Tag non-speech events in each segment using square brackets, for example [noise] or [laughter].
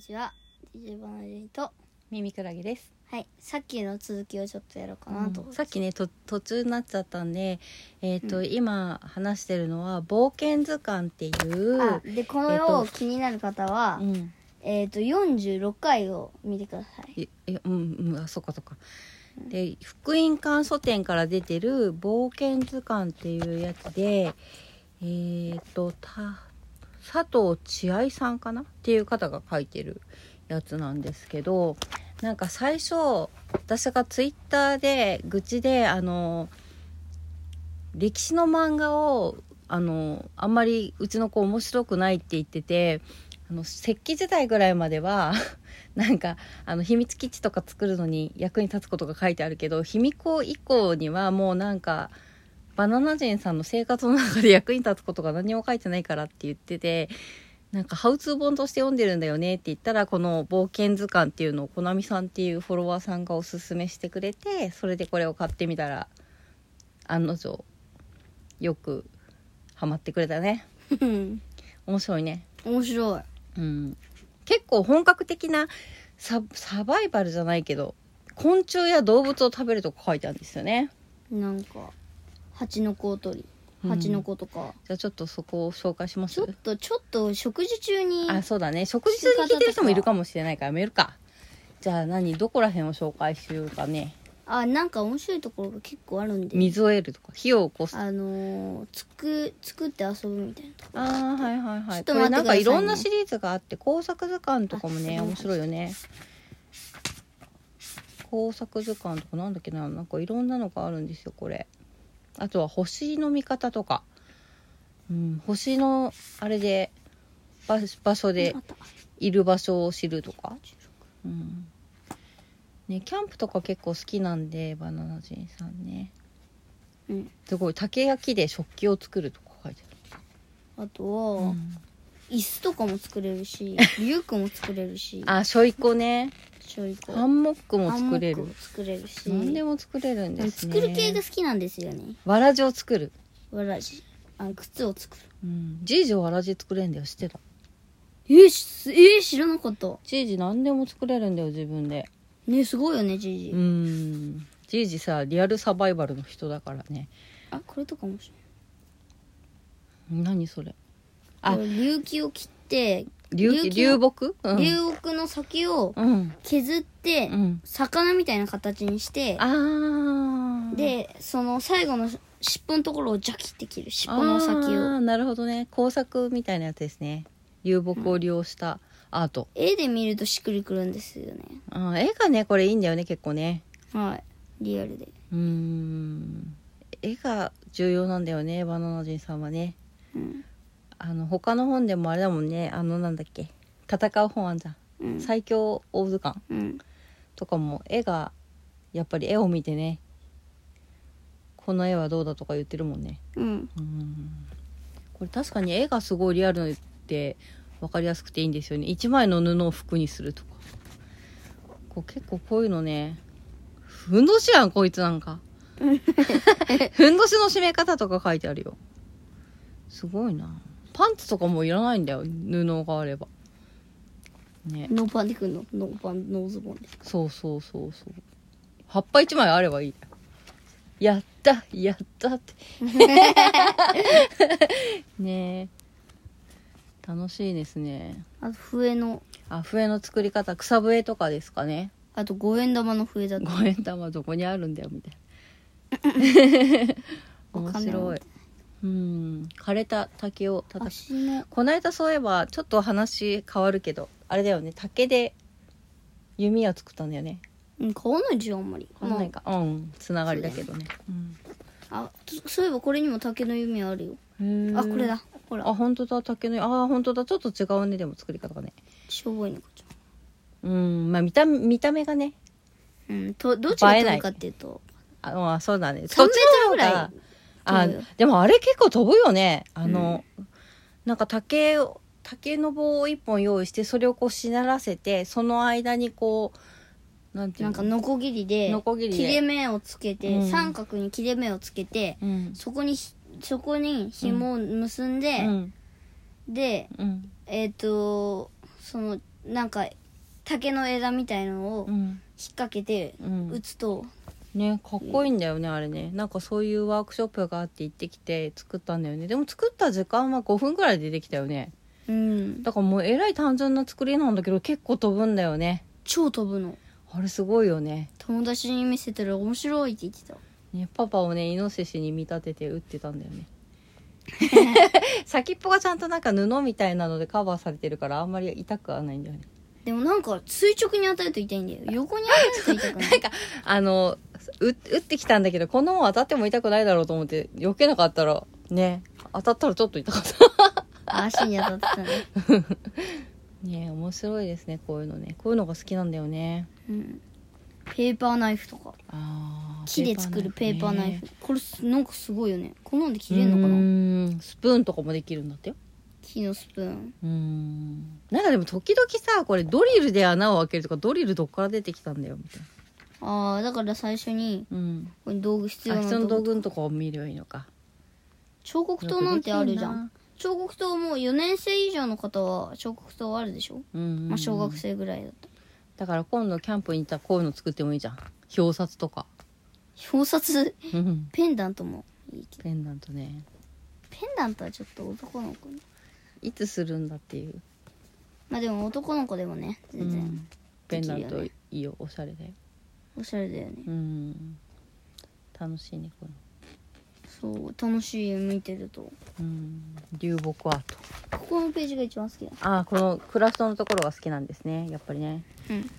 ちは DJ バナリと耳クラゲです、はいさっきの続きをちょっとやろうかなと思さっきねと途中になっちゃったんで、えっとうん今話してるのは「冒険図鑑」っていう、あでこの絵を気になる方はう、んえっ、と46回を見てくださいいいやうんうんあそっかそっか。で福音館書店から出てる「冒険図鑑」っていうやつでえーっとた佐藤千愛さんかなっていう方が書いてるやつなんですけどなんか最初私がツイッターで愚痴であの歴史の漫画をあのあんまりうちの子面白くないって言っててあの石器時代ぐらいまではなんかあの秘密基地とか作るのに役に立つことが書いてあるけど卑弥呼以降にはもうなんかバナナ人さんの生活の中で役に立つことが何も書いてないからって言っててなんかハウツー本として読んでるんだよねって言ったらこの「冒険図鑑」っていうのをコナミさんっていうフォロワーさんがおすすめしてくれてそれでこれを買ってみたら案の定よくハマってくれたねうん面白いね面白いうん、結構本格的なササバイバルじゃないけど昆虫や動物を食べるとか書いてあるんですよねなんか蜂の子を取うりん蜂の子とか、じゃあちょっとそこを紹介しまちすょっとちょっと食事中にあそうだね食事中に聞いてる人もいるかもしれないからメールかじゃあ何どこら辺を紹介しようかねあなんか面白いところが結構あるんで水を得るとか火を起こすああのー、つく作って遊ぶみたいなとこあーはいはいはちょいっとこれ待ってなくんだかさいねいろんなシリーズがあって工作図鑑とかもねあ面白いよね工作図鑑とかなんだっけななんかいろんなのがあるんですよこれあとは星の見方とか、うん、星のあれで場場所であったいる場所を知るとか、うんね、キャンプとか結構好きなんでバナナ人さんねうんすごい竹焼きで食器を作るとか書いてあとあは、る、椅子とかも作れる [laughs] しリュックも作れるしあしょいこねしょいこハンモックも作れハンモックるも作れるし何でも作れるんででもすね作る系が好きなんですよねわらじを作る、わらじあの靴を作るうん、じいじわらじ作れんだよ知ってたえー、しえー知らなかったじいじ何でも作れるんだよ自分でねすごいよねじいじ、うんじいじさリアルサバイバルの人だからねあこれとかもし何それなあいこれ琉球を切って流流木流木うん流木の先をうん、削って、うん、魚みたいな形にしてあーでその最後の尻尾のところをジャキって切る尻尾の先あをーなるほどね工作みたいなやつですね流木を利用したアート、絵で見るとしっくりくるんですよねうん、絵がねこれいいんだよね結構ねはいリアルでうーん絵が重要なんだよねバナナ人さんはねうん、あの他の本でもあれだもんねあのなんだっけ戦う本あんじゃん、うん最強大図鑑うん、とかも絵がやっぱり絵を見てねこの絵はどうだとか言ってるもんねうん、うーんこれ確かに絵がすごいリアルで分かりやすくていいんですよね一枚の布を服にするとかこう結構こういうのねふんどしやんこいつなんかふんどしの締め方とか書いてあるよすごいなパンツとかもいらないんだよ布があればねノーパンでくるのノーパンノーズボンでそうそうそうそう葉っぱ一枚あればいいやったやったってねえ楽しいですねあと笛のあ笛の作り方草笛とかですかねあと五円玉の笛だと五円玉どこにあるんだよみたいなわ面かんない白いうん枯れた竹を叩く足のこの間そういえばちょっと話変わるけどあれだよね竹で弓矢作ったんだよねうん買わないじゃんあんまりわかんないかうんつながりだけどねまああそそういえばこれにも竹の弓あるようんあこれだほらあ本当だ竹のあー本当だちょっと違うねでも作り方がねしょぼいのかちうんまあ見た見た目がねゃんうんとどっちが飛ぶかっていうとあまあそうだね3メートそっちルの方ぐらいが飛あぶよでもあれ結構飛ぶよねあの、なんか竹を竹の棒を1本用意してそれをこうしならせてその間にこうなんていうなんのかノコギリでノコギリで切れ目をつけて、うん三角に切れ目をつけてうんそこにひそこに紐を結んでう、んでうんえっ、とそのなんか竹の枝みたいのをう引っん掛けてうん打つと、ねかっこいいんだよねあれねなんかそういうワークショップがあって行ってきて作ったんだよねでも作った時間は5分ぐらいでできたよねうん、だからもうえらい単純な作りなんだけど結構飛ぶんだよね超飛ぶのあれすごいよね友達に見せたら面白いって言ってたねパパをねイノシシに見立てて打ってたんだよね先っぽがちゃんとなんか布みたいなのでカバーされてるからあんまり痛くはないんだよねでもなんか垂直に当たると痛いんだよ横に当たると [laughs] 痛くないあのう打ってきたんだけどこのもん当たっても痛くないだろうと思って避けなかったらね当たったらちょっと痛かった足に当たってたね、ねえ面白いですねこういうのねこういうのが好きなんだよねうん、ペーパーナイフとかあー木で作るペーパーナイフねこれすなんかすごいよねこんなんで切れるのかなうーんスプーンとかもできるんだってよ木のスプーンうーんなんかでも時々さこれドリルで穴を開けるとかドリルどっから出てきたんだよみたいなああだから最初にうんこれ道具必要あな人のとこ道具のとこを見ればいいのか彫刻刀なんてあるじゃよくできん彫刻刀もう4年生以上の方は彫刻刀あるでしょ、るなうんうんうんまあ、小学生ぐらいだっただから今度キャンプに行ったらこういうの作ってもいいじゃん表札とか表札うんペンダントもいいけどペンダントねペンダントはちょっと男の子のいつするんだっていう、まあでも男の子でもねう全然、ん、ペンダンできるトよいいよおしゃれだよおしゃれだよねうん楽しいねこれそう楽しい見てるとうん流木アートここのページが一番好きだああこのクラフトのところが好きなんですねやっぱりねうん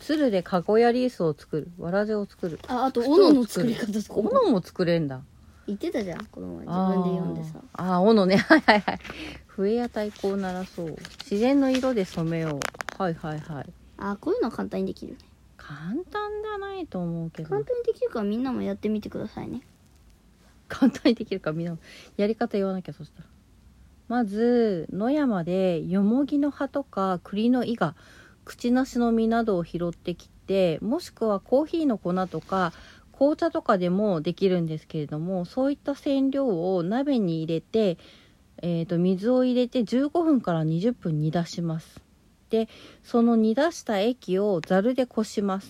鶴でカゴやリースを作るわらじを作るああと靴を斧の作り方とかも斧も作れんだ言ってたじゃん子供は自分で読んでさあーあー斧ね [laughs] はいはいはい笛や太鼓を鳴らそう自然の色で染めようはいはいはいあこういうのは簡単にできるね簡単じゃないと思うけ簡ど単にできるからみんなもやってみてくださいね簡単にできるかみんなやり方言わなきゃそしたらまず野山でよもぎの葉とか栗の意が口なしの実などを拾ってきてもしくはコーヒーの粉とか紅茶とかでもできるんですけれどもそういった染料を鍋に入れて、えー、と水を入れて15分から20分煮出しますでその煮出した液をざるでこします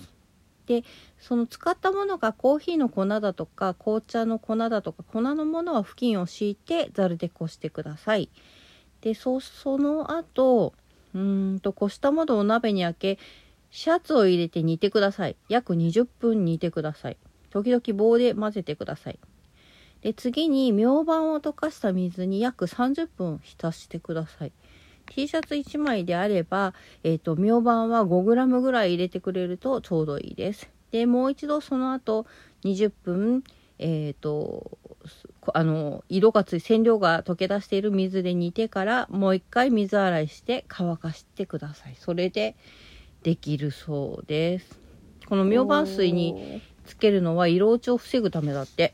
その使ったものがコーヒーの粉だとか紅茶の粉だとか粉のものは布巾を敷いてざるでこしてください。でそその後うーんとこしたものを鍋に開けシャツを入れて煮てください。約20分煮てください。時々棒で混ぜてください。で次に明晩を溶かした水に約30分浸してください。T シャツ1枚であれば、えっと明晩は 5g ぐらい入れてくれるとちょうどいいです。でもう一度その後20分、えー、とすこあの色がつい染料が溶け出している水で煮てからもう一回水洗いして乾かしてください。それでできるそうです。この明晩水につけるのは色落ちを防ぐためだって。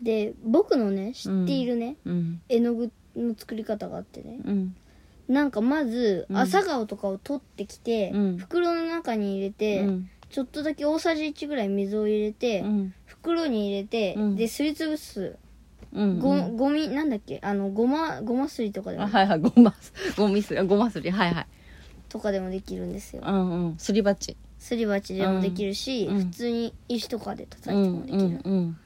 おーで僕のね知っているね、うん絵の具の作り方があってねうんなんかまずうん朝顔とかを取ってきて、うん袋の中に入れて、うんちょっとだけ大さじ1ぐらい水を入れて、うん袋に入れて、うんですりつぶすうんご、ゴミなんだっけあのごまごますりとかでもあはいはいごますごみすりごますりはいはいとかでもできるんですようんうんすり鉢すり鉢でもできるし、うん普通に石とかでう叩いてんもできうる、んうん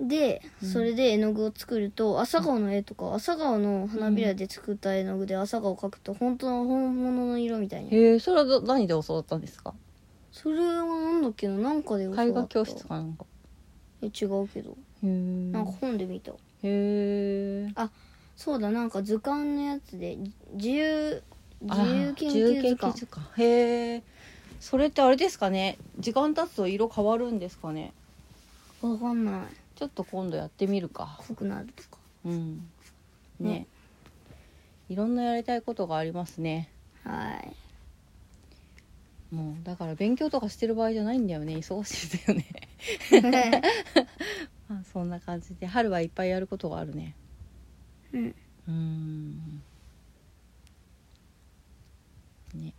でそれで絵の具を作ると朝顔の絵とか朝顔の花びらで作った絵の具で朝顔を描くと本当の本物の色みたいにへえそれはど何で教わったんですかそれはなんだっけななんかで教わった絵画教室かなんかえ違うけどへえなんか本で見たへえそうだなんか図鑑のやつでじ自由あ自由ー研究図鑑自由研究へえそれってあれですかね時間経つと色変わるんですかねわかんないちょっと今度やってみるか濃くなるとかうんねねいろんなやりたいことがありますね [laughs] はいもうだから勉強とかしてる場合じゃないんだよね忙しいんだよね [laughs] まあそんな感じで春はいっぱいやることがあるねうんうーんね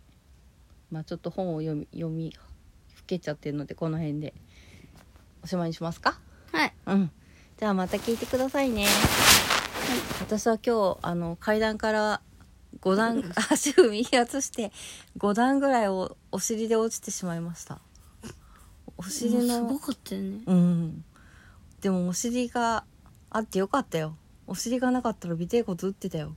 まあちょっと本を読み読みふけちゃってるのでこの辺でおしまいにしますかはいうんじゃあまた聞いてくださいね、私は今日あの階段から5段 [laughs] 足踏み外して5段ぐらいおお尻で落ちてしまいましたお尻もうすのごかったよ [laughs] ねうんでもお尻があってよかったよお尻がなかったらビテー骨打ってたよ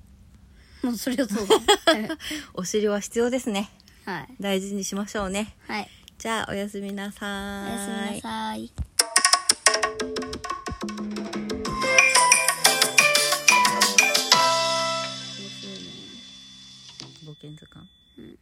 まあそれはそう [laughs] だはいお尻は必要ですねはい大事にしましょうねはいじゃあおやすみなさおーやすみなさい面白いね冒険図鑑うん